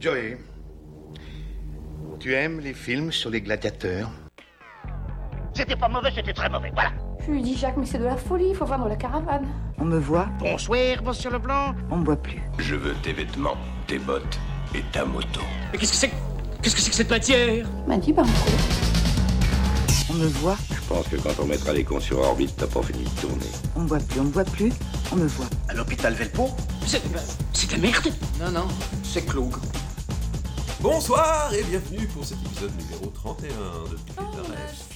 Joey, tu aimes les films sur les gladiateurs C'était pas mauvais, c'était très mauvais, voilà. Je lui dis, Jacques, mais c'est de la folie, il faut vendre la caravane. On me voit, Bonsoir, monsieur Leblanc. on me voit plus. Je veux tes vêtements, tes bottes et ta moto. Mais qu'est-ce que c'est que- Qu'est-ce que c'est que cette matière Il m'a dit, ben, on On me voit, Je pense que quand on mettra les cons sur orbite, t'as pas fini de tourner. on me voit plus, on me voit plus, on me voit. À l'hôpital Velpo C'est c'est de la merde Non, non, c'est Cloug. Bonsoir et bienvenue pour cet épisode numéro 31 de Putaref.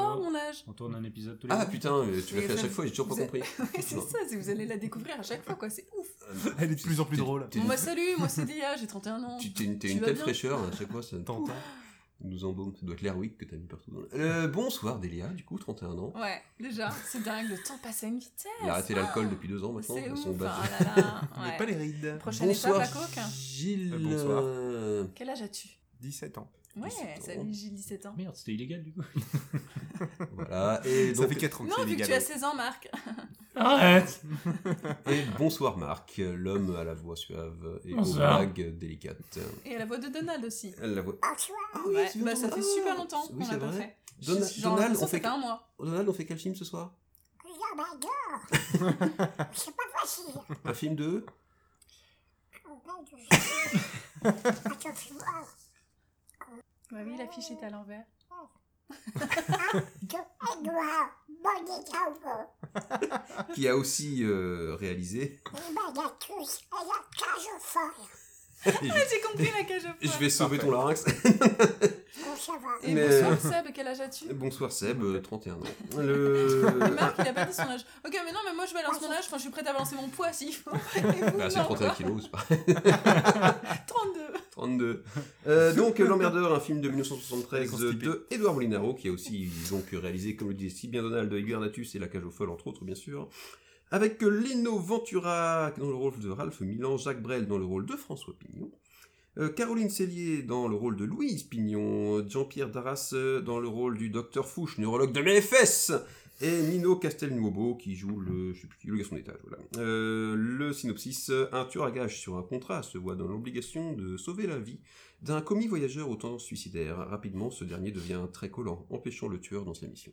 Oh mon âge On tourne un épisode tous les Ah jours. putain, euh, tu l'as Mais fait à ça- chaque fois, j'ai toujours pas vous compris. Oui, c'est ça, c'est- vous allez la découvrir à chaque fois, quoi, c'est ouf Elle est de plus en plus drôle. Euh, T'es Bon bah salut, moi c'est Lia, j'ai 31 ans tu- t'es une, t'es Tu une vas telle bien fraîcheur à chaque fois, ça T'entends il nous embaume. Ça doit être l'airwick que t'as mis partout dans le... Euh, bonsoir Delia, du coup, 31 ans. Ouais, déjà, c'est dingue, le temps passe à une vitesse Il a arrêté l'alcool depuis deux ans maintenant, C'est à ouf, son bas. ah là là ouais. les rides. Prochaine Bonsoir étape, la coke hein. Gilles. Euh, bonsoir. Euh, Quel âge as-tu 17 ans. Ouais, 17 ans. salut, j'ai 17 ans Ah, Merde, c'était illégal du coup. Voilà, et donc... 4 Non, vu que tu as 16 ans, Marc Arrête Et bonsoir Marc, l'homme à la voix suave et aux Bonsoir. blagues délicates. Et à la voix de Donald aussi La voix... Ah, oui, Ouais, c'est bah longtemps. ça fait super longtemps Ah Oui, qu'on c'est l'a pas vrai. fait Dona- J'ai- genre, Donald, l'impression on que fait ça fait un mois Donald, on fait quel film ce soir Un film de Bah oui, l'affiche est à l'envers qui a aussi euh, réalisé. Et je- Ah, J'ai compris la cage et je vais sauver ton larynx. Et Mais- euh, bonsoir Seb, quel âge as-tu Bonsoir Seb, euh, 31 ans. Le... Bah, Marc, il a pas dit son âge. Ok, mais non, mais moi je balance mon âge quand je suis prête à balancer mon poids s'il faut. Et vous, Bah, c'est non, 31 quoi. kilos, c'est pareil. 32. 32. Euh, donc, euh, L'Emmerdeur, un film de 1973 Constipé. de Edouard Molinaro, qui a aussi donc réalisé, comme le disait si bien Donald, Hubernatus et La Cage aux Folles, entre autres, bien sûr. Avec euh, Lino Ventura dans le rôle de Ralph Milan, Jacques Brel dans le rôle de François Pignon, euh, Caroline Cellier dans le rôle de Louise Pignon, euh, Jean-Pierre Darras euh, dans le rôle du docteur Fouche, neurologue de l'EFS, et Nino Castelnuovo qui joue le, je sais plus qui, le garçon d'étage. Voilà. Euh, le synopsis un tueur à gages sur un contrat se voit dans l'obligation de sauver la vie d'un commis voyageur aux tendances suicidaires. Rapidement, ce dernier devient très collant, empêchant le tueur dans sa mission.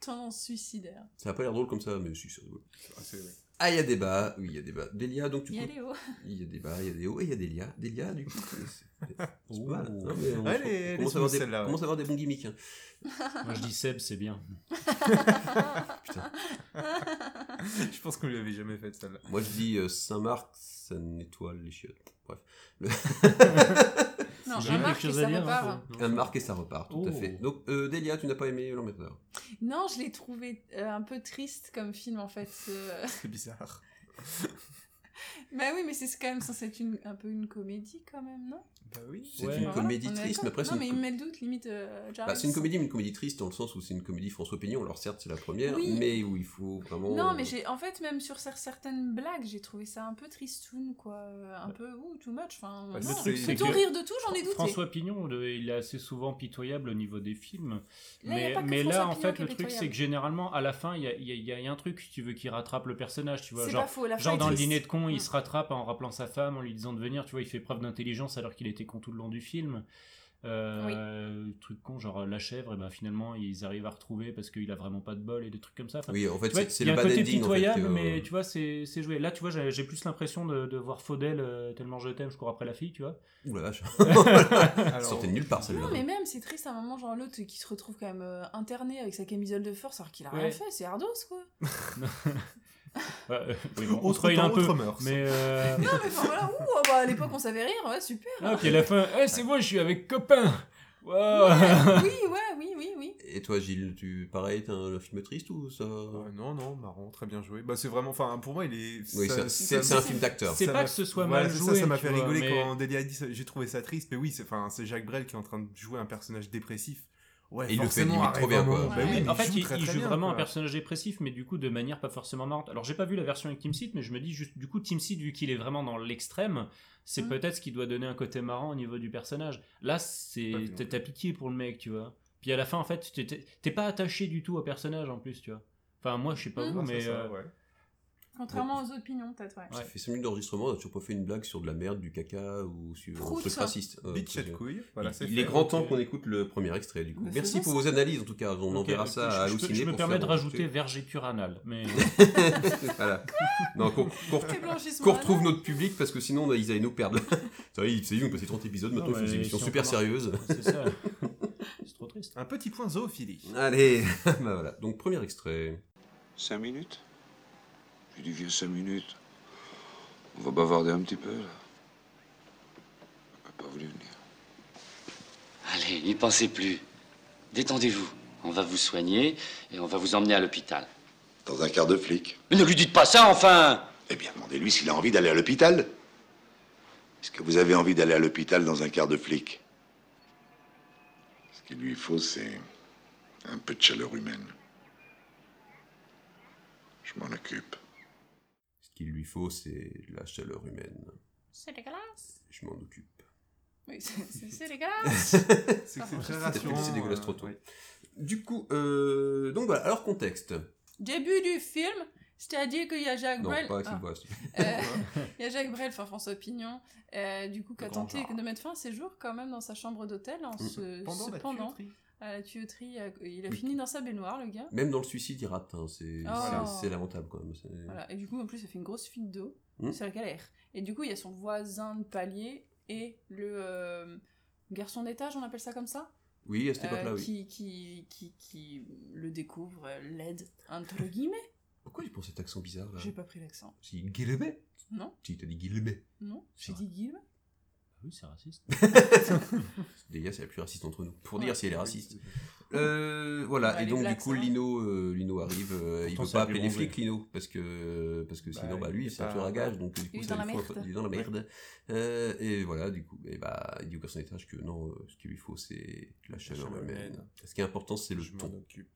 Tendance suicidaire. Ça a pas l'air drôle comme ça, mais si, ça rigole. Ah, il y a débat, oui, il y a débat. Delia, donc tu Il y a peux- Léo. Il y a débat, il y a des hauts et il y a des lias. Des lias, du coup, c'est- c'est c'est pas mal. hein, mais on Ouais, se- on commence elle est- elle est à avoir smooth, des- celle-là, ouais. commence à avoir des bons gimmicks. hein. Moi je dis Seb, c'est bien. Je pense qu'on lui avait jamais fait celle-là. Moi, je dis euh, Saint-Marc, ça nettoie les chiottes. Bref. Non, J'ai un Marc, quelque chose ça à dire, hein, repart. un peu. hein. Un marque et Euh, ça repart, tout à Oh. fait. Donc, euh, Delia, tu n'as pas aimé l'emmerdeur. Non, je l'ai trouvé euh, un peu triste comme film en fait. euh. C'est bizarre. Bah oui, mais c'est quand même censé être une- un peu une comédie quand même, non Bah oui. C'est une comédie on est d'accord. triste, mais après, c'est Non, une mais il com- me met le doute, limite. euh, Jarvis. Bah, c'est une comédie, mais une comédie triste dans le sens où c'est une comédie François Pignon. Alors, certes, c'est la première, Oui. mais où il faut vraiment. euh, Non, mais j'ai en fait, même sur cer- certaines blagues, j'ai trouvé ça un peu tristoun, quoi. euh, Bah. Un peu, ouh, too much. Enfin, Bah, non, le truc, c'est peut-on que rire de tout J'en ai douté. François Pignon, le- il est assez souvent pitoyable au niveau des films. Là, y a mais pas que mais François là, en Pignon fait, qui est le truc, c'est pitoyable. que généralement, à la fin, il y a, il y a- il y a- il y a un truc, si tu veux, qui rattrape le personnage. Tu vois, C'est genre, pas faux, la fin genre est dans le triste. dîner de con, Mm. il se rattrape en rappelant sa femme, en lui disant de venir. Tu vois, il fait preuve d'intelligence alors qu'il était con tout le long du film. Euh, Truc con, genre la chèvre, et ben finalement, ils arrivent à retrouver parce qu'il a vraiment pas de bol et des trucs comme ça. Enfin, Oui, en fait, tu vois, c'est- c'est il y le a un bad côté ending. en fait, euh, pitoyable, que- mais tu vois, c'est c'est joué. Là, tu vois, j'ai j'ai plus l'impression de, de voir Faudel euh, tellement je t'aime, je cours après la fille, tu vois. Ouh la vache. Elle sortait de nulle part, celle-là. Non, mais même, c'est triste à un moment, genre l'autre qui se retrouve quand même euh, interné avec sa camisole de force alors qu'il a rien Ouais. fait, c'est Ardos quoi. Ouais, euh, oui, bon, on spoil un peu, mais euh, Non, mais enfin voilà, ouh, ah bah, à l'époque on savait rire, ouais, super. ah, puis à la fin, Eh, c'est moi, je suis avec copain. Wow. Ouais, oui, ouais, oui, oui, oui. Et toi, Gilles, tu pareil, t'as un, un film triste ou ça Euh, Non, non, marrant, très bien joué. Bah, c'est vraiment, enfin, pour moi, il est. Oui, ça- c'est- c'est ça- c'est un film d'acteur. C'est ça pas m'a- que ce soit Voilà, mal c'est joué. ça, ça m'a tu fait vois, rigoler mais- quand Delia a dit ça. J'ai trouvé ça triste, mais oui, c'est enfin, c'est Jacques Brel qui est en train de jouer un personnage dépressif. Ouais, Et il le fait forcément, limite trop arrive bien, un quoi. moment- Ouais. Bah oui, en il fait, joue il, très, il très joue bien, vraiment quoi. un personnage dépressif, mais du coup de manière pas forcément marrante. Alors j'ai pas vu la version avec Tim Seed, mais je me dis juste du coup Tim Seed, vu qu'il est vraiment dans l'extrême, c'est Mm. peut-être ce qui doit donner un côté marrant au niveau du personnage. Là, c'est Pas vu non t'as- plus. t'as piqué pour le mec, tu vois. Puis à la fin, en fait, t'es- t'es t'es pas attaché du tout au personnage en plus, tu vois. Enfin, moi, je sais pas Mm. vous, Ah, ça, mais ça, euh, ouais. Contrairement aux opinions, peut-être, ouais. Ça fait 5 minutes d'enregistrement, on n'a toujours pas fait une blague sur de la merde, du caca ou sur un Prout. truc raciste. Euh, Bitch c'est- de couille. Voilà, c'est il il est fait. grand temps qu'on écoute le premier extrait du coup. Mais Merci faisons pour ça. vos analyses en tout cas, on Ok, enverra je- ça je- à je- halluciner. Je me pour permets de faire rajouter vergeture anale, mais euh, voilà. Non, qu'on qu'on- Très blanchissement. qu'on retrouve notre public parce que sinon on a- ils allaient nous perdre. Ça y est, ils ont passé 30 épisodes, maintenant ils Non, font des mais émissions si on super commence- sérieuses. c'est ça. C'est trop triste. Un petit point zoophilie. Allez, bah voilà. Donc premier extrait. Cinq minutes J'ai dit viens cinq minutes. On va bavarder un petit peu là. On n'a pas voulu venir. Allez, n'y pensez plus. Détendez-vous. On va vous soigner et on va vous emmener à l'hôpital. Dans un quart de flic. Mais ne lui dites pas ça, enfin Eh bien, demandez-lui s'il a envie d'aller à l'hôpital. Est-ce que vous avez envie d'aller à l'hôpital dans un quart de flic Ce qu'il lui faut, c'est un peu de chaleur humaine. Je m'en occupe. Ce qu'il lui faut, c'est de la chaleur humaine. C'est dégueulasse. Je m'en occupe. Oui, c'est- c'est c'est dégueulasse. C'est que c'est très Peut-être que rassurant. C'est dégueulasse trop tôt. euh, ouais. Du coup, euh, donc voilà. Alors contexte. Début du film, c'est-à-dire qu'il y a Jacques Non, Brel. pas avec Ah. cette voix, s'il te plaît. Euh, Il y a Jacques Brel, enfin François Pignon, euh, du coup, qui a Le grand tenté Jacques. de mettre fin à ses jours quand même dans sa chambre d'hôtel en se Pendant la cependant tuyauterie. à la tuyauterie. euh, Il a Oui. fini dans sa baignoire, le gars. Même dans le suicide, il rate. hein, C'est Oh. c'est- c'est lamentable quand même. c'est- Voilà. Et du coup, en plus, ça fait une grosse fuite d'eau. Mm. C'est la galère. Et du coup, il y a son voisin de palier et le euh, garçon d'étage, on appelle ça comme ça Oui, à cette euh, époque-là, oui. qui, qui, qui, qui le découvre, euh, l'aide, entre guillemets. Pourquoi il prend cet accent bizarre là J'ai pas pris l'accent. Si Guillemet Non, Si, t'as dit Guillemet. non, j'ai vrai. dit guillemets. Ah Ah Oui, c'est raciste. Les gars, c'est la plus raciste entre nous. Pour Ouais. dire si elle est raciste. Euh, voilà, Ouais, et Bah, les donc blacks, du coup, ça va. Lino, euh, Lino arrive. euh, il Pourtant, peut c'est pas un appeler plus les bronzé. flics, Lino, parce que, parce que Bah, sinon, bah, il lui, est c'est un pas- tueur à gage. Donc, du coup, Il est ça dans lui la faut- merde. il est dans la merde. Euh, et voilà, du coup, et bah, il dit au garçon d'étage que non, euh, ce qu'il lui faut, c'est de la chaleur chaleur humaine. humaine. Ce qui est important, c'est le Je m'en ton. occupe.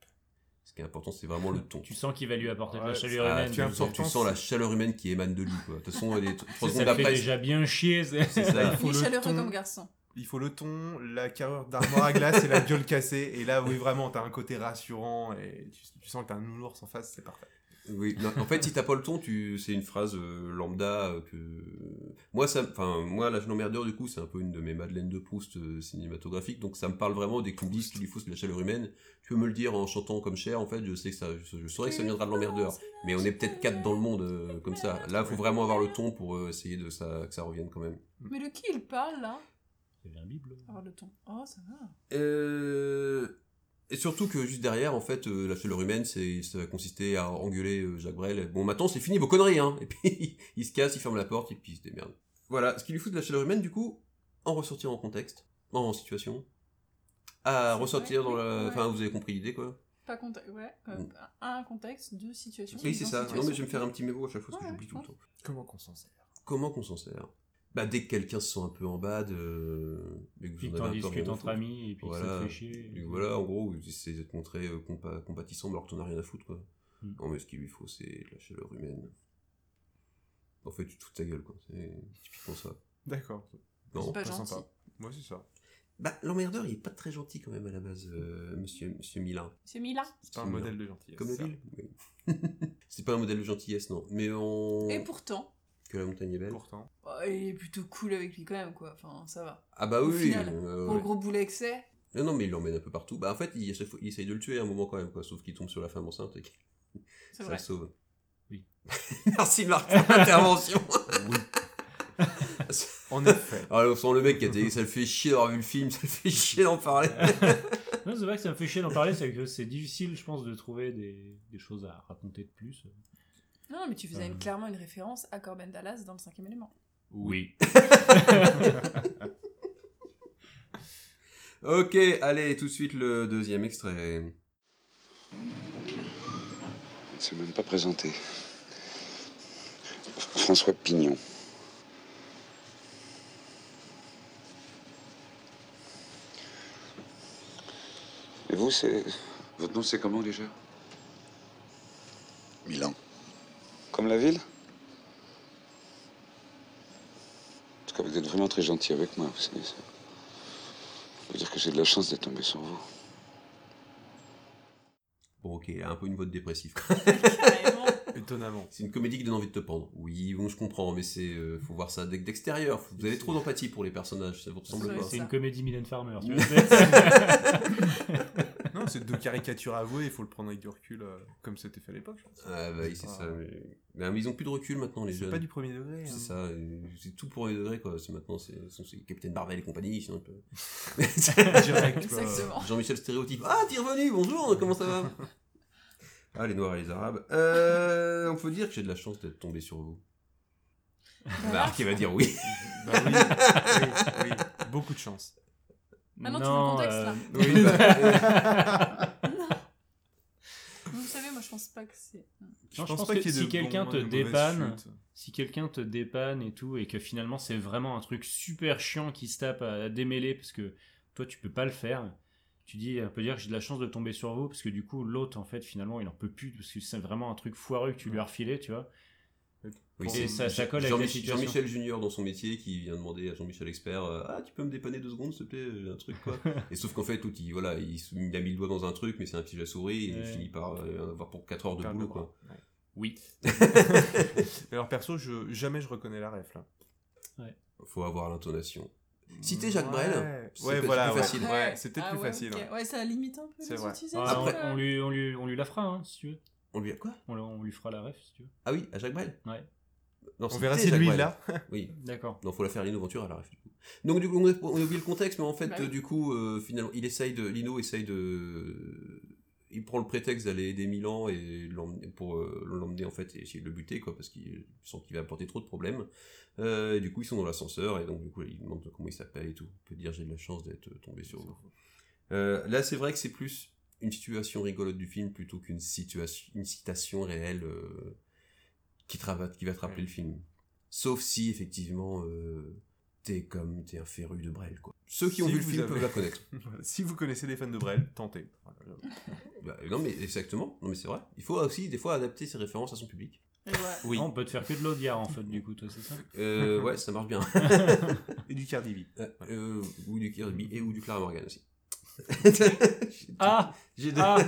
Ce qui est important, c'est vraiment le ton. Tu sens qu'il va lui apporter de la Ouais, chaleur Ah, humaine. tu, donc, important, sens, tu sens la chaleur humaine qui émane de lui. quoi. De toute façon, elle est trois Ça secondes le fait après. déjà bien chier. c'est- C'est ça. Faut Il est le chaleureux ton. comme garçon. Il faut le ton, la carrure d'armoire à glace et la gueule cassée. Et là, oui, vraiment, t'as un côté rassurant et tu, tu sens que t'as un nounours en face, c'est parfait. Oui, non, en fait, si t'as pas le ton, tu... c'est une phrase euh, lambda euh, que. Moi, ça... enfin, moi l'âge l'emmerdeur, du coup, c'est un peu une de mes Madeleines de Proust euh, cinématographiques, donc ça me parle vraiment dès qu'on me dit ce qu'il lui faut, c'est de la chaleur humaine. Tu peux me le dire en chantant comme cher, en fait, je sais que ça, je, je saurais que ça viendra de l'emmerdeur. Ah, Mais on est peut-être quatre dans le monde euh, comme ça. Là, faut vraiment avoir le ton pour euh, essayer de ça, que ça revienne quand même. Mais de qui il parle là Il y avait un bibelot. Avoir le ton. Oh, ça va. Euh, Et surtout que juste derrière, en fait, euh, la chaleur humaine, c'est, ça consistait à engueuler euh, Jacques Brel. Bon, maintenant, c'est fini vos conneries, hein. Et puis, il se casse, il ferme la porte, et puis il se démerde. Voilà, ce qui lui fout de la chaleur humaine, du coup, en ressortir en contexte, en situation, à C'est ressortir vrai, dans oui, la... ouais. Enfin, vous avez compris l'idée, quoi. Pas contact. Ouais. euh, Mm. Un contexte, deux situations. Oui, une c'est ça. situation. Non, mais je vais me faire un petit mémo à chaque fois, parce que Ouais, j'oublie tout le ouais. temps. Comment qu'on s'en sert Comment qu'on s'en sert Bah, dès que quelqu'un se sent un peu en bad, euh, et que vous Puis en que avez un peu t'en rien discutes à entre foutre. amis et puis que ça Voilà. te fait chier. Et voilà, en gros, c'est de te montrer euh, compa- compatissant alors que t'en as rien à foutre, quoi. Mm. Non, mais ce qu'il lui faut, c'est de la chaleur humaine. En fait, tu te fous de ta gueule, quoi. C'est typiquement ça. D'accord. Non. Pas Très gentil. sympa. Moi, c'est ça. Bah, l'emmerdeur, il est pas très gentil, quand même, à la base, euh, monsieur, monsieur Milin. C'est Mila. C'est pas un Mila. modèle de gentillesse. Comme la ça. ville Oui. C'est pas un modèle de gentillesse, non. Mais on... Et pourtant, Que la montagne est belle. Pourtant. oh, il est plutôt cool avec lui quand même, quoi. Enfin, ça va. Ah bah Au oui, final, euh, Pour ouais. le gros boulet que c'est. Non, non, mais il l'emmène un peu partout. Bah, en fait, il, à chaque fois, il essaye de le tuer à un moment, quand même, quoi. Sauf qu'il tombe sur la femme enceinte et que C'est ça vrai. le sauve. Oui. Merci, Marc, pour l'intervention En effet. Ah, on sent le mec qui a été- ça le fait chier d'avoir vu le film, ça le fait chier d'en parler. Non, c'est vrai que ça me fait chier d'en parler, c'est que c'est difficile, je pense, de trouver des, des choses à raconter de plus. Non, mais tu faisais une- Euh. clairement une référence à Corbin Dallas dans le cinquième élément. Oui. ok, allez, tout de suite le deuxième extrait. Il ne s'est même pas présenté. François Pignon. Et vous, c'est. Votre nom, c'est comment déjà Milan. Comme la ville En tout cas, vous êtes vraiment très gentil avec moi. Vous savez ça. Je veux dire que j'ai de la chance d'être tombé sur vous. Bon, ok, il a un peu une voix de dépressif. Carrément. Et Étonnamment. C'est une comédie qui donne envie de te pendre. Oui, bon, je comprends, mais c'est euh, faut voir ça d'ex- d'extérieur. Vous avez trop d'empathie pour les personnages, ça vous ressemble pas. C'est une comédie Mylène Farmer. tu vois. Bah non, c'est deux caricatures avouées, il faut le prendre avec du recul, euh, comme c'était fait à l'époque. je pense. Ah bah oui, c'est pas- ça. Mais... mais- mais ils ont plus de recul maintenant, les C'est jeunes. pas du premier degré. C'est hein. ça, euh, c'est tout pour les degrés, quoi. C'est maintenant, c'est sont- c'est Capitaine Marvel et compagnie. sinon ils peuvent- Direct, quoi. Exactement. Jean-Michel Stéréotype. Ah, t'es revenu, bonjour, comment ça va Ah, les Noirs et les Arabes. Euh, on peut dire que j'ai de la chance d'être tombé sur vous. Ah, Marc, il va dire oui. Bah oui, oui, oui, beaucoup de chance. Ah non, tu veux le contexte, là euh, Oui, bah, Vous savez, moi je pense pas que c'est. Non, je pense, pas que, qu'il y ait si de quelqu'un bons te et de mauvaises dépanne, chutes. si quelqu'un te dépanne et tout, et que finalement c'est vraiment un truc super chiant qui se tape à, à démêler parce que toi tu peux pas le faire, tu dis, on peut dire que j'ai de la chance de tomber sur vous parce que du coup l'autre en fait finalement il en peut plus parce que c'est vraiment un truc foireux que tu lui as refilé, tu vois. Oui, Et c'est ça- ça colle avec la Jean-Michel situation. Jean-Michel Junior dans son métier qui vient demander à Jean-Michel Expert euh, Ah, tu peux me dépanner deux secondes, s'il te plaît, j'ai un truc quoi. et sauf qu'en fait, tout, il, voilà, il, s- il a mis le doigt dans un truc, mais c'est un piège à souris et il Ouais. finit par euh, en avoir pour 4 heures de Perdre boulot le bras. quoi. Ouais. Oui. Alors perso, je, jamais je reconnais la ref là. Faut avoir l'intonation. Citer Jacques Brel, c'est ouais, peut-être voilà, plus ouais. facile. Ouais, c'est peut-être Ah plus ouais, facile. ok. ouais. Ouais, ça limite un peu C'est les vrai. utilisations. Ah, Après- on, on lui, on, lui, on lui la fera, hein, si tu veux. On lui a quoi On, la- on lui fera la ref, si tu veux. Ah oui, à Jacques Brel Ouais. Non, On c'était verra si Jacques lui Brel. là. Oui. D'accord. Non, faut la faire Lino Ventura à la ref. du coup. Donc du coup, on a, on a oublié le contexte, mais en fait, Bah oui. euh, du coup, euh, finalement, il essaye de, Lino essaye de, il prend le prétexte d'aller aider Milan et l'emmener- pour euh, l'emmener en fait et essayer de le buter quoi, parce qu'il sent qu'il va apporter trop de problèmes. Euh, et du coup, ils sont dans l'ascenseur et donc du coup, il demande comment il s'appelle et tout. On peut dire j'ai de la chance d'être tombé sur vous. Euh, là, c'est vrai que c'est plus une situation rigolote du film plutôt qu'une situation, une citation réelle euh, qui, te rava- qui va te rappeler Ouais. le film. Sauf si effectivement, euh, t'es comme t'es un féru de Brel quoi. Ceux qui ont Si vu le vous film avez- peuvent la connaître. Voilà. Si vous connaissez les fans de Brel, tentez. Voilà. Bah, non mais exactement, non mais c'est vrai. Il faut aussi des fois adapter ses références à son public. Et ouais. Oui. Non, on peut te faire que de l'audiard en fait, du coup, toi, c'est ça Euh, ouais, ça marche bien. Et du Cardi B. Euh, euh, ou du Kirby et ou du Clara Morgan aussi. Ah J'ai deux. Ah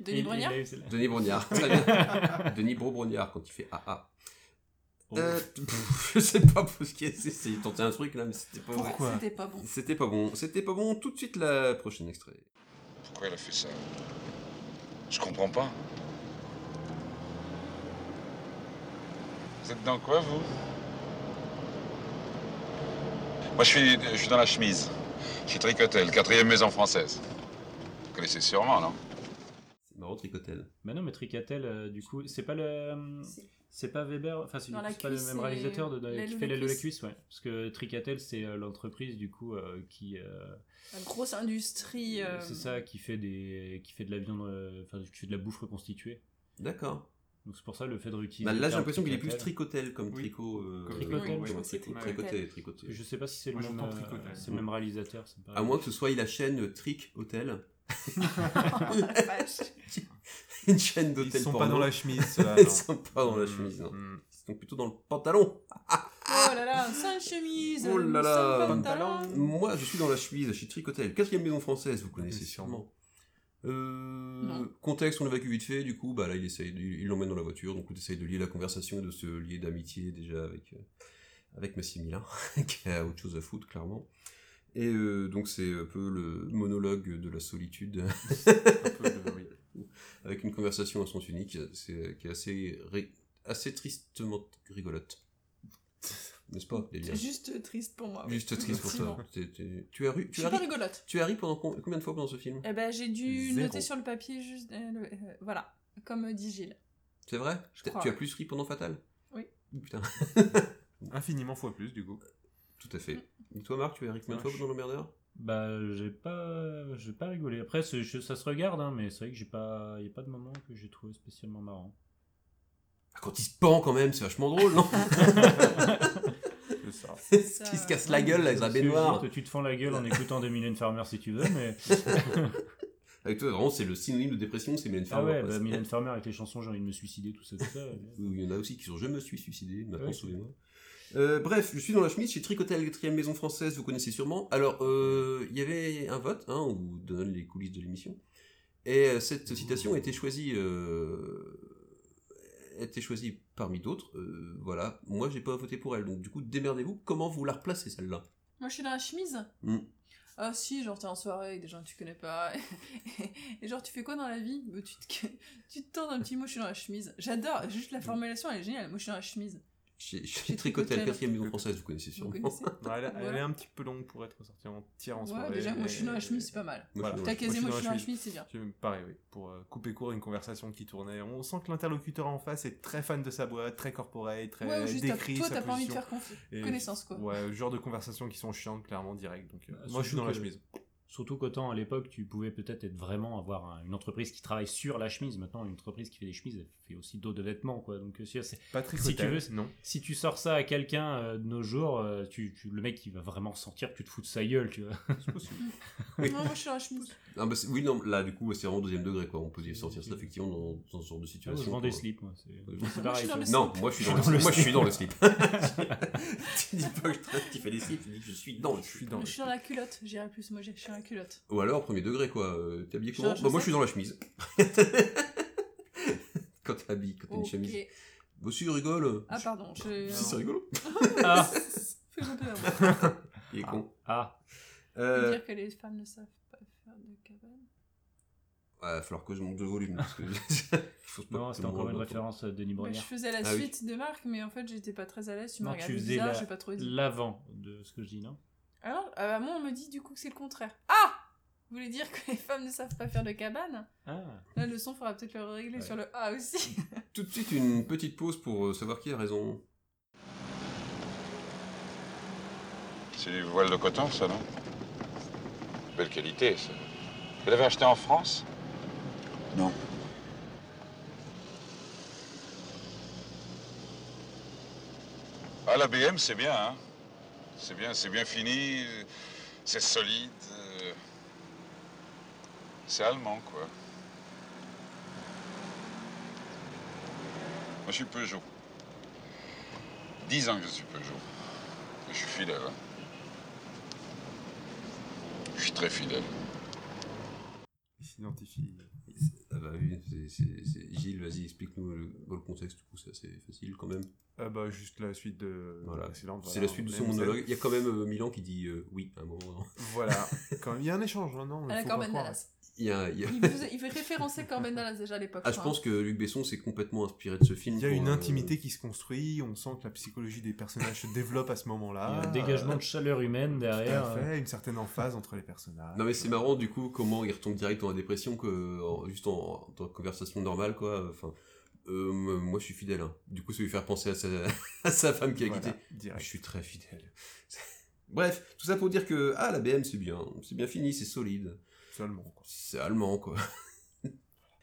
Denis Il- Brogniart il a eu celle-là. Denis Brognard, très bien. Denis Bro Brognard quand il fait ah ah. Oh. Euh, pff, je sais pas pour ce qui est. c'est- c'est- Il tentait un truc là, mais c'était pas vrai. Pourquoi C'était pas bon. C'était pas bon. C'était pas bon. Tout de suite, la prochaine extrait. Pourquoi elle a fait ça Je comprends pas. Vous êtes dans quoi, vous Moi, je suis, je suis dans la chemise. Chez Tricotel, quatrième maison française. Vous connaissez sûrement, non C'est marrant, Tricotel. Bah non, mais Tricatel, euh, du coup, c'est pas le. euh, Si. C'est pas Weber, enfin c'est Dans la c'est pas le cuisse, même c'est réalisateur de, de- l'aile qui de fait la l'aile de la cuisse. cuisse, ouais. Parce que Tricatel, c'est euh, l'entreprise du coup euh, qui, euh, La grosse industrie. euh, c'est ça, qui fait des, qui fait de la viande, euh, enfin qui fait de la bouffe reconstituée. D'accord. Donc c'est pour ça le fait de réutiliser. Bah, le là, j'ai terme l'impression qu'il est plus Tricatel. Tricotel comme Oui. tricot. euh, Comme Tricotel, comme oui, je tricot- pensais Tricotel. Tricoté, tricoté. Je sais pas si c'est le Moi, je même, l'entends euh, Tricotel. c'est le même réalisateur. c'est pas- À moins que ce soit la chaîne euh, Trick Hotel, Oh, la vache. une chaîne Ils d'hôtels sont porno. pas dans la chemise, ceux-là, Ils non. sont pas dans la Mm, chemise. non. mm. Ils sont plutôt dans le pantalon. Oh là là, sale chemise. euh, Oh là là. sale pantalon. Moi, je suis dans la chemise chez Tricotel, quatrième maison française, vous connaissez Oui, sûrement. sûrement. Euh, Non. contexte, on l'évacue vite fait, du coup, bah là, il essaye, de- il l'emmène dans la voiture, donc on essaye de lier la conversation et de se lier d'amitié déjà avec, euh, avec Massimilien, qui a autre chose à foutre, clairement. Et euh, donc, c'est un peu le monologue de la solitude, Un peu de- oui. avec une conversation à sens unique, c'est, qui est assez, ri- assez tristement rigolote. N'est-ce pas, Delia C'est juste triste pour moi. Juste triste pour toi. Ah Effectivement. T'es- t'es- Tu as ru- Je tu as suis pas ri rigolote. Tu arrives pendant com- combien de fois pendant ce film Eh ben, j'ai dû Zéro. noter sur le papier juste. euh, le- euh, voilà, comme euh, dit Gilles. C'est vrai Je T'as- crois, Tu as ouais. plus ri pendant Fatal Oui. Putain, Infiniment fois plus, du coup. tout à fait. Mm. Et toi, Marc, tu as ri combien de fois Vache. pendant l'emmerdeur Bah j'ai pas, j'ai pas rigolé. Après c'est- je- ça se regarde, hein, mais c'est vrai que j'ai pas, y a pas de moment que j'ai trouvé spécialement marrant. Ah, Quand il se pend quand même, c'est vachement drôle, non C'est ça. Qui se casse la gueule là, avec la C'est baignoire. juste, Tu te fends la gueule en écoutant des Mylène Farmer si tu veux, mais. Avec toi, vraiment, c'est le synonyme de dépression, c'est Mylène Ah Farmer. ouais, quoi. bah, C'est- Mylène Farmer avec les chansons, j'ai envie de me suicider, tout ça, tout ça. Oui, Il y en a aussi qui sont Je me suis suicidé, maintenant Ouais. sauvez-moi. Euh, bref, je suis dans la chemise chez Tricotel, quatrième maison française, vous connaissez sûrement. Alors, euh, il y avait un vote, hein, on vous donne les coulisses de l'émission. Et euh, cette citation a été choisie. euh, été choisie parmi d'autres. Euh, voilà, moi j'ai pas voté pour elle, donc du coup démerdez-vous. Comment vous la replacez celle-là Moi, je suis dans la chemise. Mm. Hmm. Ah si, genre t'es en soirée avec des gens que tu connais pas. et genre tu fais quoi dans la vie Bah, tu, te... tu te tends un petit mot, je suis dans la chemise. J'adore, juste Mm. la formulation elle est géniale. Moi je suis dans la chemise. Chez, chez Tricotel, Tricotel. quatrième maison française, vous connaissez Vous sûrement. connaissez Non, elle, elle Voilà. est un petit peu longue pour être sortie en tir en Ouais, soirée. déjà, moi, mais- euh, je suis dans la chemise, c'est pas mal. Moi, je suis T'as je casé, suis moi dans je suis dans la la chemise, c'est bien. Je- Pareil, oui, pour euh, couper court à une conversation qui tournait. On sent que l'interlocuteur en face est très fan de sa boîte, très corporate, très Ouais, ou juste t'as- décrit toi sa t'as pas envie de position. faire confi- Et- connaissance quoi. Ouais, genre de conversations qui sont chiantes, clairement, direct. Donc, euh, Bah, moi, je suis dans surtout la que- chemise. Surtout qu'autant à l'époque, tu pouvais peut-être être vraiment avoir un- une entreprise qui travaille sur la chemise. Maintenant, une entreprise qui fait des chemises, elle fait aussi d'autres vêtements, quoi. Donc, euh, si, c'est- Patrick si tu Hôtel, veux, non. si tu sors ça à quelqu'un euh, de nos jours, euh, tu, tu- le mec, il va vraiment sentir que tu te fous de sa gueule, tu vois. Oui. Non, moi je suis dans la chemise. Ah, bah, c'est- oui, non, là du coup, c'est vraiment deuxième degré, quoi. On peut y sortir ça effectivement dans, dans ce genre de Tu vois, situation. je vends des quoi. slips, moi. c'est- Oui. C'est Moi, je suis pareil. dans tu le vois. Non, moi je suis dans le slip. Moi je suis dans le slip. tu dis pas que je tra- tu fais des slips, tu dis que je suis dans le Je suis slip. dans Moi, le je suis dans la culotte, j'irai plus, moi je suis dans la culotte. Ou alors, premier degré, quoi. Euh, T'es habillé Je suis dans comment la Bah, moi je chaussette. suis dans la chemise. quand t'es habillé, quand t'as une Ok. chemise. Bah, si, rigole. Ah pardon, je. Si, c'est rigolo. Ah, Fais un peu d'amour. Il est con. ah. Euh, Dire que les femmes ne savent pas faire de cabane. Ouais, il va falloir que je monte le volume. Parce que... Je pense pas Non, que tout le c'était encore monde une l'entende. référence de Denis Bah, je Brogniart. faisais la Ah oui. suite de Marc, mais en fait j'étais pas très à l'aise, tu m'as Non, tu regardé faisais bizarre, la- j'ai pas trop dit. L'avant de ce que je dis, non Alors, euh, moi on me dit du coup que c'est le contraire. Ah Vous voulez dire que les femmes ne savent pas faire de cabane Ah. La leçon faudra peut-être le régler Ouais. sur le A aussi. Tout de suite, une petite pause pour euh, savoir qui a raison. C'est du voile de coton, ça, non Belle qualité, ça. Vous l'avez acheté en France Non. Ah, la BM, c'est bien, hein C'est bien, c'est bien fini, euh, c'est solide. euh, C'est allemand, quoi. Moi, je suis Peugeot. Dix ans que je suis Peugeot. Et je suis fidèle. hein. Je suis très fidèle. Il s'identifie. Ah bah oui, c'est- c'est- c'est- Gilles, vas-y, explique-nous le, dans le contexte, du coup, c'est assez facile quand même. Ah bah, juste la suite de. Voilà. C'est Excellente, la voilà, suite de on son aime ça. monologue. Il y a quand même euh, Milan qui dit euh, oui à un moment. Voilà. Quand même, il y a un échange, non, non à la faut pas Corben croire. Dallas. Il y a- il y a- Il, faisait- il fait référencer Corben Dallas déjà à l'époque. Ah, je crois. pense que Luc Besson s'est complètement inspiré de ce film. Il y a pour, une euh, intimité qui se construit, on sent que la psychologie des personnages se développe à ce Il y moment-là. a un dégagement de chaleur humaine Tout à derrière. euh, fait, une certaine emphase entre les personnages. Non mais c'est marrant du coup comment il retombe direct dans la dépression que en- juste en, en tant que conversation normale quoi. Enfin, euh, m- moi je suis fidèle. hein. Du coup ça lui faire penser à sa, à sa femme qui a Voilà, quitté. Je direct. suis très fidèle. Bref, tout ça pour dire que ah la BM c'est bien, c'est bien fini, c'est solide, Seulement, quoi. c'est allemand quoi.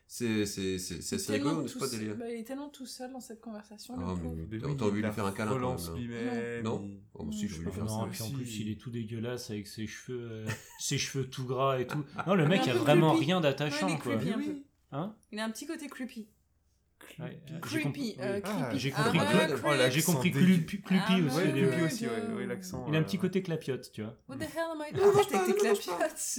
c'est c'est c'est c'est assez Tellement rigolo n'est-ce tout pas seul- délire. bah, il est tellement tout seul dans cette conversation. Ah, le pauvre. mais t'as t'as envie de lui faire un câlin quand Relance même, hein. là. lui-même. Non. Oh, moi, si, je vais lui Ah faire non, ça. et puis en aussi. plus il est tout dégueulasse avec ses cheveux, euh, ses cheveux tout gras et tout. Non, le mec Il est a un peu vraiment Ah, creepy. rien Non, il d'attachant est quoi. creepy un peu. Hein Il a un petit côté creepy. Ouais, euh, j'ai Creepy. compris- euh, oui. Ah, creepy. J'ai compris, Ah, creep- ouais, Oh, la- j'ai compris l'accent dégueu. clupi- clupi Ah, aussi. Ouais, au ouais, début. creepy aussi, ouais, euh, ouais, l'accent. Il a un euh, petit côté clapiote, tu vois. What the hell am I doing? Arrête avec tes clapiotes.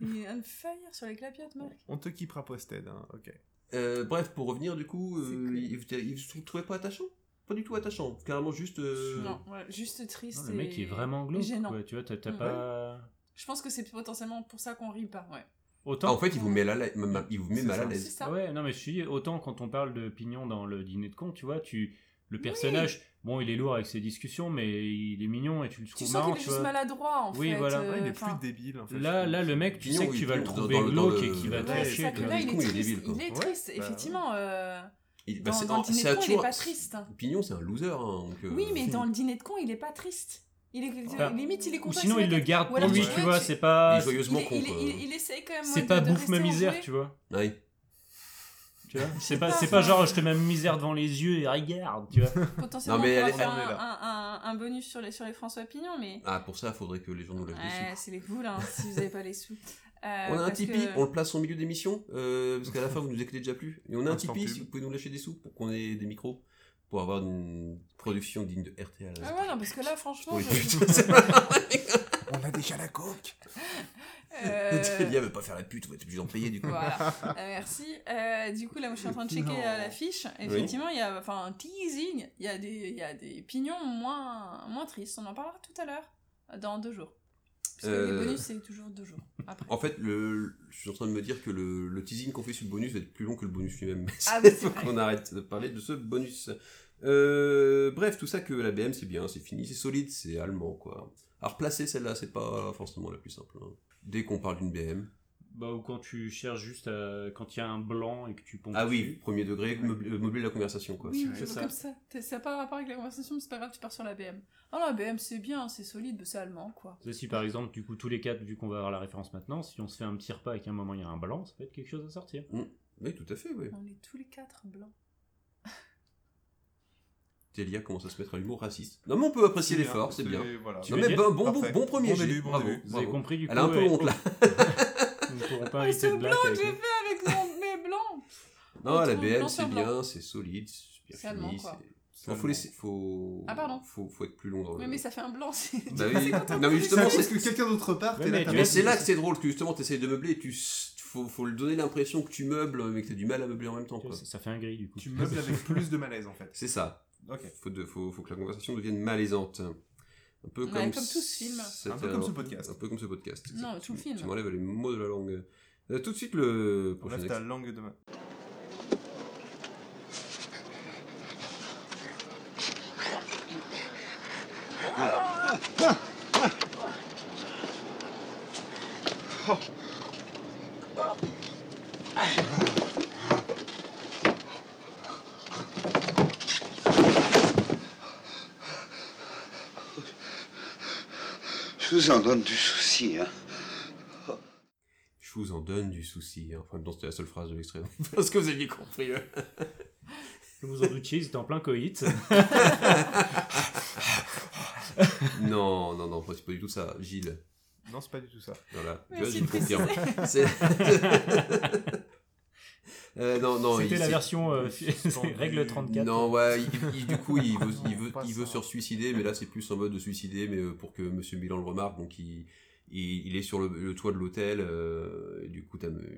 Il est un fire sur les clapiotes, Marc. On te quittera posted, hein, ok. Euh, bref, pour revenir du coup, C'est euh, cool. il, il se trouvait pas attachant, pas du tout attachant, carrément juste. euh, Non, ouais, juste triste. Non, le mec et- est vraiment glauque gênant. quoi. Tu vois, t'as t'as Mm. pas. Je pense que c'est potentiellement pour ça qu'on rit pas, ouais. Autant. Ah Ah, en fait, il vous met, la, la- ma- il vous met C'est mal à ça. C'est l'aise. ça. Ouais, non, mais je suis dit, autant quand on parle de Pignon dans le dîner de con, tu vois, tu le personnage, bon, il est lourd avec ses discussions, mais il est mignon et tu le Tu trouves sens marrant, qu'il est tu juste vois. maladroit, en Oui, fait. voilà. euh, Ouais, il est enfin, plus débile, en fait. Là, je là, le trouve. mec, tu Pignon, sais que oui, tu vas le dans- trouver dans le- dans glauque le- et qu'il va Ouais, te Ouais, Attaché, c'est lâcher. ça quoi. que là, Du il coup, est il est triste. débile, quoi. Il est Ouais, triste, bah, effectivement. euh, Il- bah, Dans c'est- dans le c'est à dîner de con, il est toujours- pas triste. hein. Pignon, c'est un loser. hein, donc, euh, Oui, mais dans le dîner de con, il est pas triste. Il est, Enfin, limite, il est Ou content. sinon, c'est il la le tête. garde Ou alors, pour lui, tu tu vois, vois, tu- c'est Il pas. est joyeusement il, con, il- quoi. il- il essaye quand même. C'est de- pas de bouffe rester ma en misère, jouet. tu vois. Ouais. Tu vois Je c'est sais pas, pas, c'est pas enfin. genre je te mets ma misère devant les yeux et regarde, tu vois. Potentiellement, Non, mais on pourra elle est- faire elle est un, là. un- un- un bonus sur les, sur les François Pignon, mais. Ah, pour ça, faudrait que les gens nous lèvent Ouais, dessus. c'est les boules, hein, si vous avez pas les sous. Euh, on a un parce Tipeee, que- on le place en milieu d'émission, euh, parce qu'à la fin, vous nous écoutez déjà plus. Et on a un Instant Tipeee, pub. si vous pouvez nous lâcher des sous pour qu'on ait des micros, pour avoir une production digne de RTL. Ah ouais, non, parce que là, franchement. Oui, je- putain, c'est pas vrai. On a déjà la coque. Euh, Delia veut pas faire la pute, on va être obligé d'en payer du coup. Voilà, Euh, merci. Euh, du coup, là, moi, je suis en train de checker Non. euh, la fiche. Effectivement, il y a, enfin, un teasing. Il y a des, il y a des pignons moins, moins tristes. On en parlera tout à l'heure, dans deux jours. Parce que les Euh. bonus, c'est toujours deux jours. Après. En fait, le, je suis en train de me dire que le, le teasing qu'on fait sur le bonus va être plus long que le bonus lui-même. Ah Il oui, c'est faut vrai. qu'on arrête de parler de ce bonus. Euh, bref, tout ça que la BM c'est bien, c'est fini, c'est solide, c'est allemand quoi. À replacer celle-là, c'est pas forcément la plus simple. hein. Dès qu'on parle d'une BM. Bah, ou quand tu cherches juste à- quand il y a un blanc et que tu pompes. Ah oui, dessus. premier degré, meubler meubler la conversation quoi. Oui, c'est ça. comme ça. T'es- Ça n'a pas rapport avec la conversation, mais c'est pas grave, tu pars sur la BM. Ah, la BM, c'est bien, c'est solide, mais c'est allemand, quoi. Ça, si par exemple, du coup, tous les quatre, vu qu'on va avoir la référence maintenant, si on se fait un petit repas et qu'à un moment il y a un blanc, ça peut être quelque chose à sortir. Oui, tout à fait, oui. On est tous les quatre blancs. Delia commence à se mettre à l'humour raciste. Non mais on peut apprécier C'est l'effort, bien, c'est c'est- bien. voilà. Tu Non veux mais dire bon, bon, Parfait. bon premier Bon jet. début, bon bravo, début. Vous bravo. avez compris du coup. Elle a un peu euh, honte là. Nous ne pourrons pas Mais inviter ce de blanc black que avec j'ai nous. fait avec mon- mes blancs Non, On la trouve blanc BN, sur c'est blanc. bien, c'est solide, c'est C'est bien allemand, fini. quoi. c'est- Faut, faut laisser, faut... Ah, pardon. Faut, faut être plus long. dans le- Mais, mais ça fait un blanc, c'est. Bah oui. c'est quand on Non, mais fait justement, ça. c'est- que quelqu'un d'autre part, Ouais, t'es là, mais t'as tu Mais vois, pas- c'est là que c'est drôle, que justement, t'essayes de meubler, et tu... s- faut, faut le donner l'impression que tu meubles, mais que t'as du mal à meubler en même temps. Quoi. Ça, ça fait un gris du coup. Tu meubles avec plus de malaise en fait. C'est ça. Ok. Faut, de- faut, faut que la conversation devienne malaisante. Un peu Ouais, comme... comme tout ce film. cette- Un peu comme ce podcast. Un peu comme ce podcast. Non, mais tout le film. Tu m'enlèves les mots de la langue. Euh, tout de suite, le On prochain lève ta extrait. langue demain. Je vous en donne du souci, hein. Je vous en donne du souci. hein. En même temps, c'était la seule phrase de l'extrait. Parce que vous aviez compris. hein. Vous vous en doutiez, ils étaient en plein coït. non, non, non, c'est pas du tout ça. Gilles. Non, c'est pas du tout ça. Voilà. Tu vois, Merci je de préciser. confirme. C'est- Euh, non, non, C'était il- la c'est- version euh, Suspendu. règle 34. Non, ouais, il- il- du coup, il veut, il veut, Pas il veut se ça. suicider, mais là, c'est plus en mode de suicider, mais euh, pour que Monsieur Milan le remarque. Donc, il, il, il est sur le, le toit de l'hôtel, euh, et du coup, t'as, me-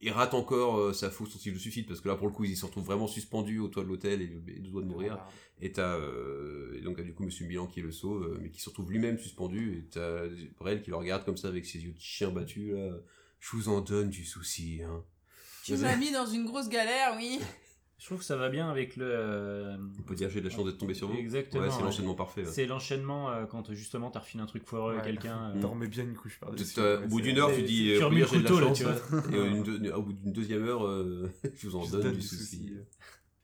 il rate encore euh, sa fausse tentative de suicide, parce que là, pour le coup, il se retrouve vraiment suspendu au toit de l'hôtel et, et deux doigts de mourir. Et t'as euh, et donc t'as du coup Monsieur Milan qui le sauve, euh, mais qui se retrouve lui-même suspendu. Et t'as Brel qui le regarde comme ça avec ses yeux de chien battu là. Je vous en donne du souci. Hein. Tu m'as mis dans une grosse galère, oui. Je trouve que ça va bien avec le. euh, On peut dire j'ai de la chance d'être tombé sur vous. Exactement, Ouais, c'est ouais. l'enchaînement parfait. là. C'est l'enchaînement euh, quand justement t'as refilé un truc foireux à Ouais. quelqu'un. euh, Dormez bien une couche par-dessus. T'as- Au bout d'une heure, tu c'est- dis c'est euh, sur faut mille dire, j'ai de la couteaux, là, chance. tu hein. vois. Et euh, une deux- au bout d'une deuxième heure, euh, je vous en Je te donne, donne du du souci. souci. euh.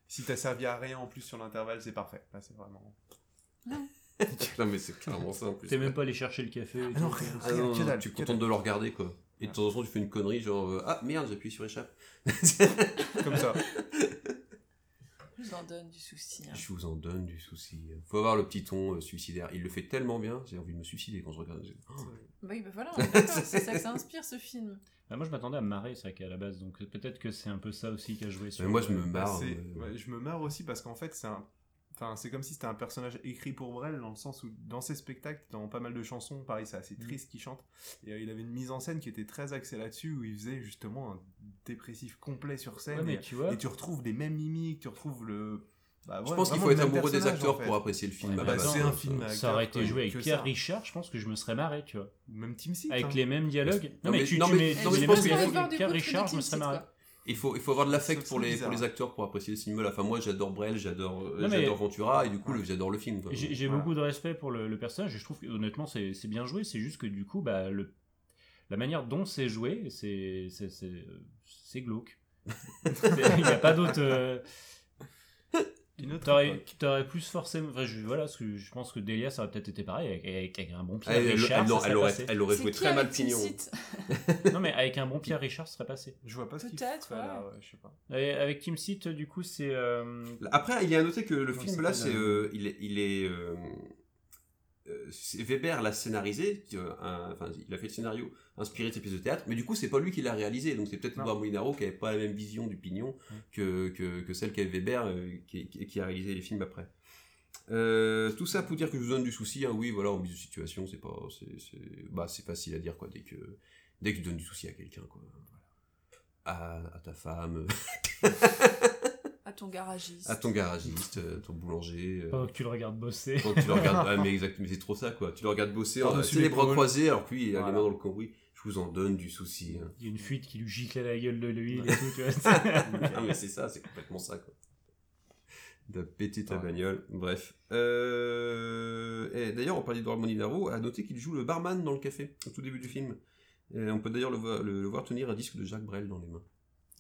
Si t'as servi à rien en plus sur l'intervalle, c'est parfait. Là, c'est vraiment. non mais c'est clairement ça en plus. T'es même pas allé chercher le café. et Ah non, tout. rien, Ah non, rien, que dalle. tu es que contente de dalle. le regarder quoi. Et Ah. de temps en temps, tu fais une connerie genre euh, ah merde, j'appuie sur échappe. Comme ça. Je vous en donne du souci. hein. Je vous en donne du souci. Faut avoir le petit ton euh, suicidaire. Il le fait tellement bien, j'ai envie de me suicider quand je regarde. Ah Bah oui, bah voilà, on est d'accord, c'est ça que ça inspire ce film. Bah, moi je m'attendais à me marrer, ça, qu'à la base. Donc peut-être que c'est un peu ça aussi qui a joué sur. Mais moi, je me Bah, marre. c'est- euh, ouais, je me marre aussi parce qu'en fait, c'est un. Enfin, c'est comme si c'était un personnage écrit pour Brel, dans le sens où dans ses spectacles, dans pas mal de chansons, pareil, c'est Mm. assez triste qu'il chante. Et euh, il avait une mise en scène qui était très axée là-dessus, où il faisait justement un dépressif complet sur scène. Ouais, mais et, tu vois. et tu retrouves les mêmes mimiques, tu retrouves le. bah, je ouais, pense qu'il vraiment faut le être même amoureux des personnage, acteurs en fait. pour apprécier le film. Ouais, à bah, la base, c'est un hein, film ça. à- Ça aurait été Ouais, joué que avec Pierre ça. Richard, je pense que je me serais marré, tu vois. Même Team Seat. hein. Avec les mêmes dialogues. Non, mais- tu, non, tu mais- mets, non, mais tu je mets pense même qu'il dialogues faut- avec Pierre du Richard, je Team me serais Seed, marré. quoi. Il faut, il faut avoir de l'affect C'est pour les, pour les bizarre. acteurs pour apprécier ce film. Enfin, moi, j'adore Brel, j'adore euh, Non, mais- j'adore Ventura, et du coup, le- j'adore le film. quoi. J'ai j'ai Voilà. beaucoup de respect pour le, le personnage et je trouve que honnêtement c'est c'est bien joué. C'est juste que du coup, bah, le, la manière dont c'est joué, c'est c'est- c'est euh, c'est glauque. C'est- Il n'y a pas d'autre. euh, Une autre T'aurais époque. t'aurais plus forcément. Enfin, je, voilà, parce que je pense que Delia, ça aurait peut-être été pareil avec, avec- avec un bon Pierre Elle, elle- Richard. elle- ça non, serait elle aurait, passé. elle aurait C'est joué qui très avec mal Team Pignon. Seat Non, mais avec un bon Pierre Richard, ça serait passé. Je vois pas ce qu'il Peut-être, ferait, là, ouais. ouais, je sais pas. Et avec Team Seat, du coup, c'est. euh, Après, il y a à noter que le Comment film, il là, c'est, s'appelle, euh, il est. Il est euh, euh, c'est- Weber l'a scénarisé, qui, euh, un- enfin, il a fait le scénario inspiré de ses pièces de théâtre, mais du coup, c'est pas lui qui l'a réalisé, donc c'est peut-être Non. Edouard Molinaro qui avait pas la même vision du pignon que, que, que celle qu'avait Weber, euh, qui, qui- qui a réalisé les films après. Euh, tout ça pour dire que je vous donne du souci. hein. Oui, voilà, en mise de situation, c'est pas, c'est, c'est- bah, c'est facile à dire quoi. Dès que, dès que tu donnes du souci à quelqu'un, quoi. Voilà. À, à ta femme, À ton garagiste. à ton garagiste, euh, ton boulanger. euh, Pendant oh, que tu le regardes bosser. Quand tu le regardes, ah, mais exact, mais c'est trop ça quoi. Tu le regardes bosser, en, Par-dessus tu les bras l'épaule. croisés, alors que lui, il a Voilà. les mains dans le cambouis. Je vous en donne du souci. hein. Il y a une fuite qui lui gicle à la gueule de l'huile et tout, tu vois. ah mais c'est ça, c'est complètement ça quoi. De péter ta bagnole, bref. Euh, et D'ailleurs, on parlait d'Edouard Molinaro, à noter qu'il joue le barman dans le café, au tout début du film. Et on peut d'ailleurs le, voir- le- le voir tenir un disque de Jacques Brel dans les mains.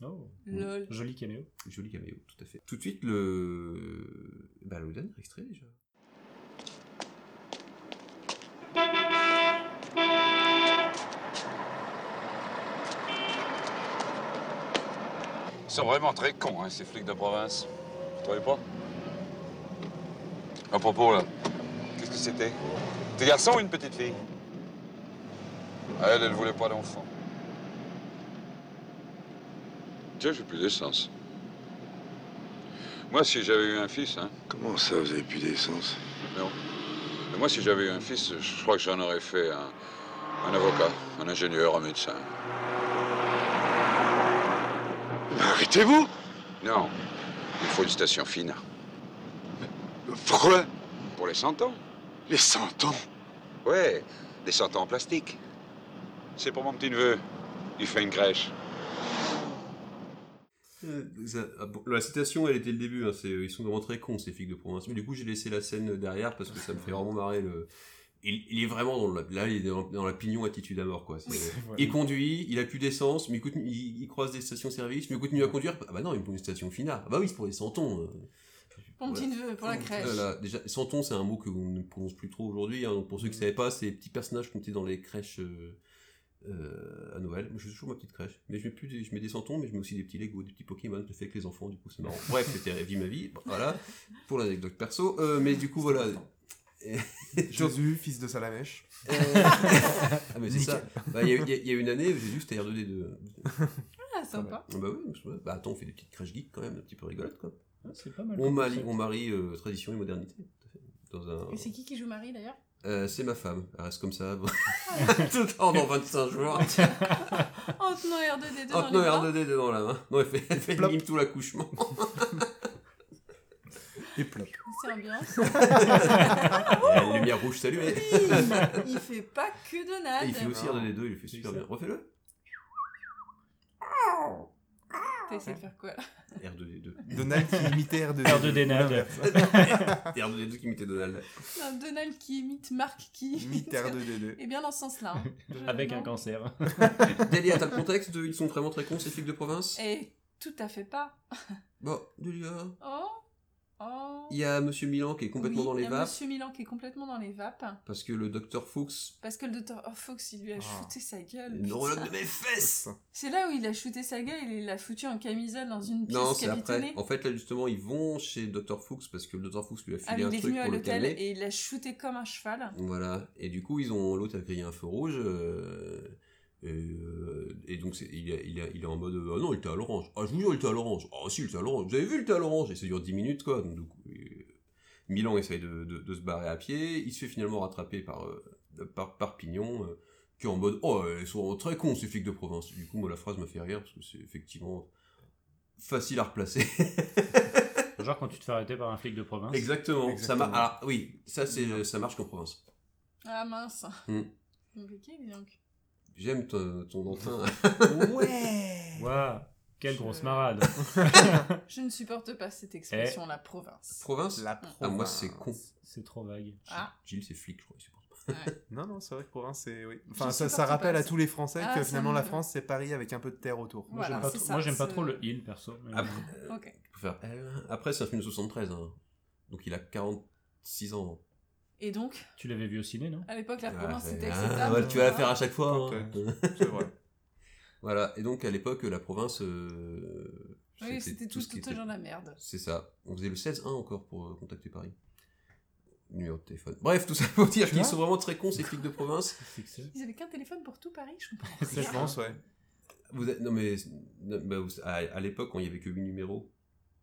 Oh. Lol. Joli caméo. Joli caméo, tout à fait. Tout de suite, le... Bah, le dernier extrait déjà. Ils sont vraiment très cons, hein, ces flics de province. Vous trouvez pas À propos, là, qu'est-ce que c'était Des garçons ou une petite fille Elle, elle voulait pas d'enfant. Tiens, j'ai plus d'essence. Moi, si j'avais eu un fils, hein. Comment ça, vous avez plus d'essence Non. Mais moi, si j'avais eu un fils, je crois que j'en aurais fait un, un avocat, un ingénieur, un médecin. Arrêtez-vous Non. Il faut une station fine. Pourquoi Pour les 100 ans. Les 100 ans Ouais, des 100 ans en plastique. C'est pour mon petit-neveu. Il fait une crèche. Euh, ça- ah bon, la citation, elle était le début. hein, c'est- ils sont vraiment très cons, ces flics de province. Mais du coup, j'ai laissé la scène derrière parce que ça me fait vraiment marrer. Le... Il, il est vraiment dans la, là, il est dans, dans la pignon attitude à mort. Quoi. C'est- Il conduit, il a plus d'essence, mais il, continue- il- il croise des stations-service, mais il continue à conduire. Ah bah non, il me faut une station finale. Ah bah oui, c'est pour les santons. euh. Pour mon Voilà. petit-neveu, pour la crèche. Voilà, déjà, santon, c'est un mot que qu'on ne prononce plus trop aujourd'hui. hein. Donc, pour ceux Mm. qui ne savaient pas, c'est les petits personnages qu'on mettait dans les crèches euh, euh, à Noël. Moi, j'ai toujours ma petite crèche. Mais je mets, plus des, je mets des santons, mais je mets aussi des petits Lego, des petits Pokémon, je le fais avec les enfants, du coup, c'est marrant. Bref, c'était la vie ma vie. Bon, Voilà, pour l'anecdote perso. Euh, mais du coup, voilà. Jésus, fils de Salamèche. euh, Ah, mais c'est ça. Bah, Il y, a- il y a- il y a une année, Jésus, c'était R2D2. Ah, sympa. Ah Bah oui, parce que- bah attends, on fait des petites crèches geeks quand même, un petit peu rigolote quoi. c'est Ah, pas mal On comme marie, concept. on marie euh, tradition et modernité. tout à fait. Dans un... Et c'est qui qui joue Marie d'ailleurs Euh, c'est ma femme, elle reste comme ça. Tout en dans 25 jours. En tenant R2D2 dans Hop, les non, bras. R2D2 dans la main. Non, elle fait, elle fait le mime tout l'accouchement. Et plop. C'est ambiance. La lumière rouge s'allumait. Oui, il fait pas que de Et nade. il fait aussi R2D2, il le fait super bien. Refais-le. T'as essayé de faire quoi là R2D2. Donald qui imitait R2D2. R2D2, Nade. R2D2 qui imitait Donald. Un Donald qui imite Marc qui Imite R2D2. Et bien dans ce sens-là. hein. Je- Avec un non. cancer. Delia, t'as le contexte de Ils sont vraiment très cons, ces flics de province Et tout à fait pas. Bon, Delia. Oh Oh Il y a Monsieur Milan qui est complètement Oui, dans il les y a vapes. Monsieur Milan qui est complètement dans les vapes. Parce que le docteur Fuchs, Parce que le docteur Fox, Ah. il lui a shooté sa gueule. le neurologue putain. de mes fesses Euh, C'est là où il a shooté sa gueule, il l'a foutu en camisole dans une pièce Non, c'est après. capitonnée. En fait, là, justement, ils vont chez Dr. Fuchs parce que le Dr. Fuchs lui a Ah, mais filé un il est truc venu à pour le l'hôtel calmer. et il l'a shooté comme un cheval. Voilà. Et du coup, ils ont l'autre a grillé un feu rouge. euh, et, euh, et donc, c'est- il, est- il est- il est en mode euh, Ah non, il était à l'orange. Ah, je vous dis, il était à l'orange. Ah, si, il était à l'orange. Vous avez vu, il était à l'orange. Et ça dure 10 minutes, quoi. Donc, du coup, euh, Milan essaye de, de- de se barrer à pied. Il se fait finalement rattraper par, euh, par, par Pignon, euh, qui est en mode Oh, ils sont très cons, ces flics de province. Du coup, moi, la phrase m'a fait rire parce que c'est effectivement facile à replacer. Genre quand tu te fais arrêter par un flic de province. Exactement. Ça mar- Exactement. ah, oui, ça, c'est- ça marche qu'en province. Ah mince. Hmm. Compliqué, dis donc. J'aime ton, ton entrain. Ouais Waouh Quelle grosse marade Je ne supporte pas cette Eh. expression, la province. Province La Ah, moi, province. c'est con. C'est trop vague. Ah, Gilles, c'est flic, je crois. il supporte pas. Non, non, c'est vrai que province, c'est. Oui. Enfin, Je ça, supporte ça rappelle pas à ça. tous les Français Ah, que ça finalement la me- France, c'est Paris avec un peu de terre autour. Moi, j'aime Voilà, pas c'est trop- ça, moi, j'aime pas c'est- trop le il perso. mais- Après, ok. faut faire L. Après, c'est un film de 73. hein. Donc, il a 46 ans. Et donc, Tu l'avais vu au ciné, non à l'époque, la Ah, province c'est- c'était ah, acceptable. ouais, tu vas la faire à chaque fois. hein. C'est vrai. Voilà. Et donc, à l'époque, la province. euh, Oui, c'était tout, tout, était- genre la merde. C'est ça. On faisait le 16-1 encore pour euh, contacter Paris. Numéro de téléphone. Bref, tout ça pour dire Tu qu'ils vois sont vraiment très cons, ces flics de province. C'est que c'est- Ils avaient qu'un téléphone pour tout Paris, je comprends. C'est Je pense, ouais. Vous êtes- Non, mais. non, bah, vous- à à l'époque, quand il n'y avait que 8 numéros.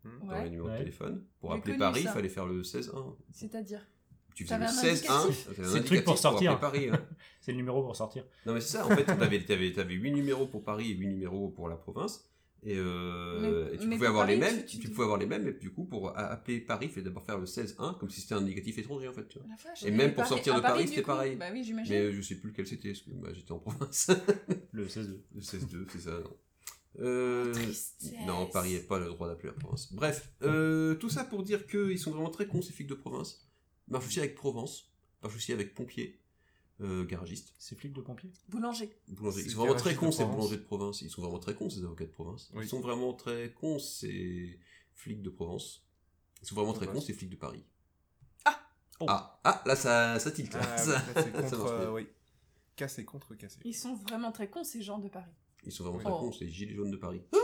dans Ouais. les numéros Ouais. de téléphone. Pour J'ai appeler connu Paris, il ça. fallait faire le 16-1. C'est-à-dire Tu faisais T'avais le un 16-1. indicatif. t'avais un C'est le truc pour indicatif appeler sortir. Paris. hein. C'est le numéro pour sortir. Non, mais c'est ça, en fait, t'avais, t'avais, t'avais 8 numéros pour Paris et 8 numéros pour la province. Et, euh, Mais- et tu mais pouvais pour avoir les Paris, mêmes, tu- tu, tu- pouvais avoir les mêmes, mais du coup, pour a- appeler Paris, il fallait d'abord faire le 16-1, comme si c'était un négatif étranger, en fait. tu vois. La vache, et même mais pour Paris- sortir à de Paris, Paris, du c'était coup, pareil. bah oui, j'imagine. mais euh, je sais plus lequel c'était, parce que bah, j'étais en province. Le 16-2. le 16-2, c'est ça, non. Euh, Oh, Tristesse. non, Paris n'a pas le droit d'appeler la province. Bref, euh, tout ça pour dire qu'ils sont vraiment très cons, ces flics de province. Marche aussi avec Provence, marche aussi avec pompiers, euh, garagistes. C'est flic de pompier Boulanger. Boulanger. Ils C'est sont vraiment garagiste très de cons, ces province. boulangers de province. Ils sont vraiment très cons, ces avocats de province. Oui. Ils sont vraiment très cons, ces flics de province. Ils sont vraiment très Province. cons, ces flics de Paris. Oh. Ah, ah, là, ça, ça tilte. Ah, Ça- oui, là, c'est ça contre, marche bien. euh, oui. Cassé contre cassé. Ils sont vraiment très cons, ces gens de Paris. Ils sont vraiment Oui. très Oh. Hein? cons, ces gilets jaunes de Paris. Oups.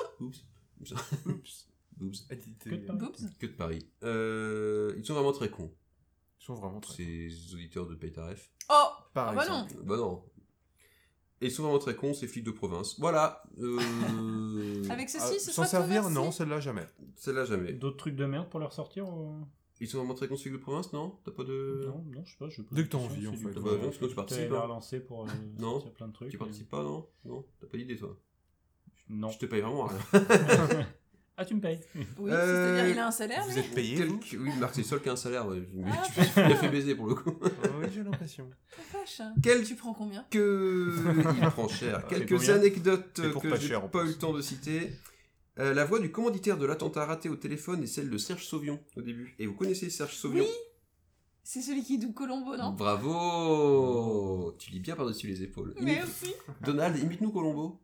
Oups. Oups. Oups. Ah, dis- t'es- Que de Paris. Boobs Que de Paris. Euh, ils sont vraiment très cons, Ils sont vraiment très. ces auditeurs de Paytaref. Oh Par Ah bah exemple. Bah non. Et ils sont vraiment très cons, ces flics de province. Voilà. Euh... Avec Ah, ceci, ce S'en sera servir, tout, non, merci. celle-là jamais. Celle-là, jamais. D'autres trucs de merde pour leur sortir ou- Ils sont vraiment très cons, ces flics de province, non T'as pas de... Non, non, je sais pas. Je pose Dès la que t'as question, envie, c'est en du fait. tout, Bah, euh, non, sinon, tu t'as participes, la hein. relancer pour euh, Non. sortir plein de trucs. Tu et- participes pas, non Non T'as pas d'idée, toi Non. Je te paye vraiment hein. rien. ah, tu me payes Oui, Euh, c'est-à-dire, il a un salaire, Vous lui êtes payé Tel vous que- Oui, Marc, c'est le seul qui a un salaire. ouais. Mais Ah. tu t'es fait baiser pour le coup. Ah Oui, j'ai l'impression. La vache. hein. Quel- Tu prends combien Que. Il prend cher. Mais Quelques Ah, combien anecdotes Et pour que pas j'ai cher, en pas eu plus. le temps de citer. Euh, la voix du commanditaire de l'attentat raté au téléphone est celle de Serge Sauvion au début. Et vous connaissez Serge Sauvion Oui C'est celui qui double Colombo, Bah, non Bravo Tu lis bien par-dessus les épaules. Imite- Merci. Donald, imite-nous Colombo.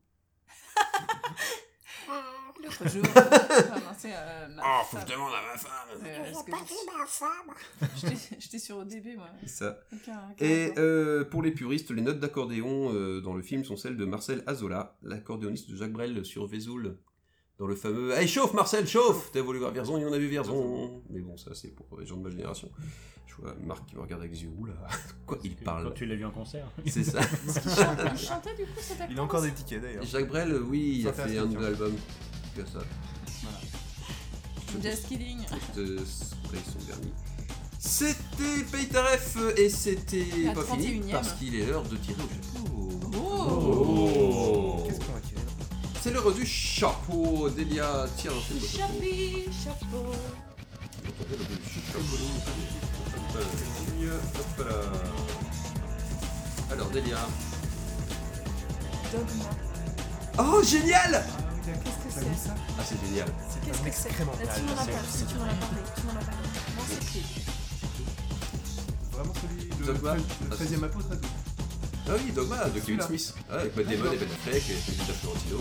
L'autre jour, enfin, non, c'est, euh, ma Ah, Ah, femme. demande à ma femme Euh, est-ce que vous- J'étais- J'étais sur ODB, moi. Ça. Aucun- aucun Et rapport. euh, pour les puristes, les notes d'accordéon euh, dans le film sont celles de Marcel Azola, l'accordéoniste de Jacques Brel sur Vesoul, dans le fameux Hey, chauffe Marcel, chauffe T'as voulu voir Vierzon, il y en a vu Vierzon Mais bon, ça c'est pour les gens de ma génération. Je vois Marc qui me regarde avec des yeux, oula, quoi il Parce que Quand parle tu l'as vu en concert. C'est ça. Il chantait du coup cet acteur. Il a encore des tickets d'ailleurs. Jacques Brel, oui, il a fait Fantastique, un hein. nouvel album. Que ça. Just kidding. de euh, son dernier. C'était Paytaref et c'était La pas fini 31e. parce qu'il est l'heure de tirer au chapeau. Oh Qu'est-ce qu'on va tirer là C'est l'heure du chapeau d'Elia tire l'antenne de chapeau. Chapi, chapeau. Hop là. Alors Delia. Dogma. Oh génial Qu'est-ce que c'est Ah c'est génial. Qu'est-ce que c'est Là, tu m'en as parlé. Tu m'en as parlé. Tu m'en as parlé. Moi, c'est clé. Vraiment celui Dogma. le le 13 e apôtre à tout. Ah oui, Dogma de Kevin Celui-là. Smith. Ah, avec Matt Damon et Ben Affleck et David Florentino.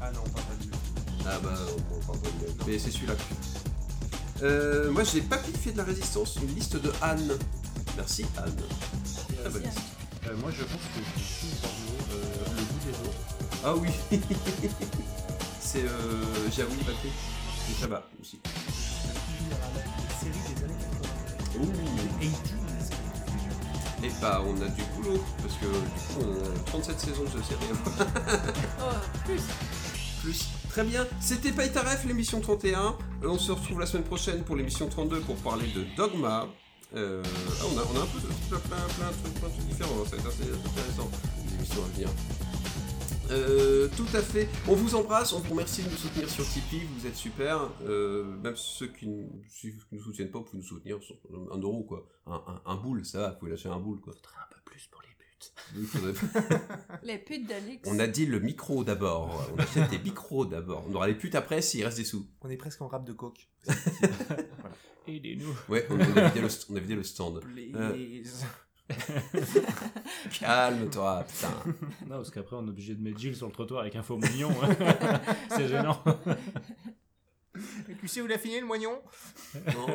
Ah non, pas pas du tout. Ah bah on parle pas de même. Mais c'est celui-là. Euh, moi j'ai Papy fait de la résistance, une liste de Anne. Merci Anne. Très bonne liste. Euh, moi je pense que je suis Bordeaux, euh, le bout des autres. Ah oui C'est euh, Jaoui Papy. Et Chabat aussi. La série des années 80. Ouh. 80s. Et bah on a du boulot, parce que du coup on a 37 saisons de série Oh, plus. plus. Très bien, c'était Paytaref l'émission 31. Euh, On se retrouve la semaine prochaine pour l'émission 32 pour parler de Dogma. Euh, ah, on, a, on a un peu de, plein, plein, plein de trucs, plein de trucs différents, hein. ça va être assez, assez intéressant les émissions à venir. Euh, tout à fait. On vous embrasse, on vous remercie de nous soutenir sur Tipeee, vous êtes super. Euh, même ceux qui ne nous soutiennent pas, vous pouvez nous soutenir sur un euro quoi. Un, un, un boule, ça va, vous pouvez lâcher un boule quoi. un peu plus pour les buts. Il faudrait- Les putes d'Alex. On a dit le micro d'abord. On achète des micros d'abord. On aura les putes après s'il reste des sous. On est presque en rap de coke. Aidez-nous. Ouais, on a on a vidé le, st- on a vidé le stand. Please. Calme-toi, putain. Non, parce qu'après, on est obligé de mettre Gilles sur le trottoir avec un faux mignon. C'est gênant. Tu sais où l'a fini le moignon Non.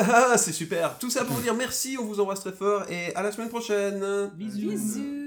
Ah, c'est super. Tout ça pour dire merci, on vous embrasse très fort et à la semaine prochaine. É. Bisous.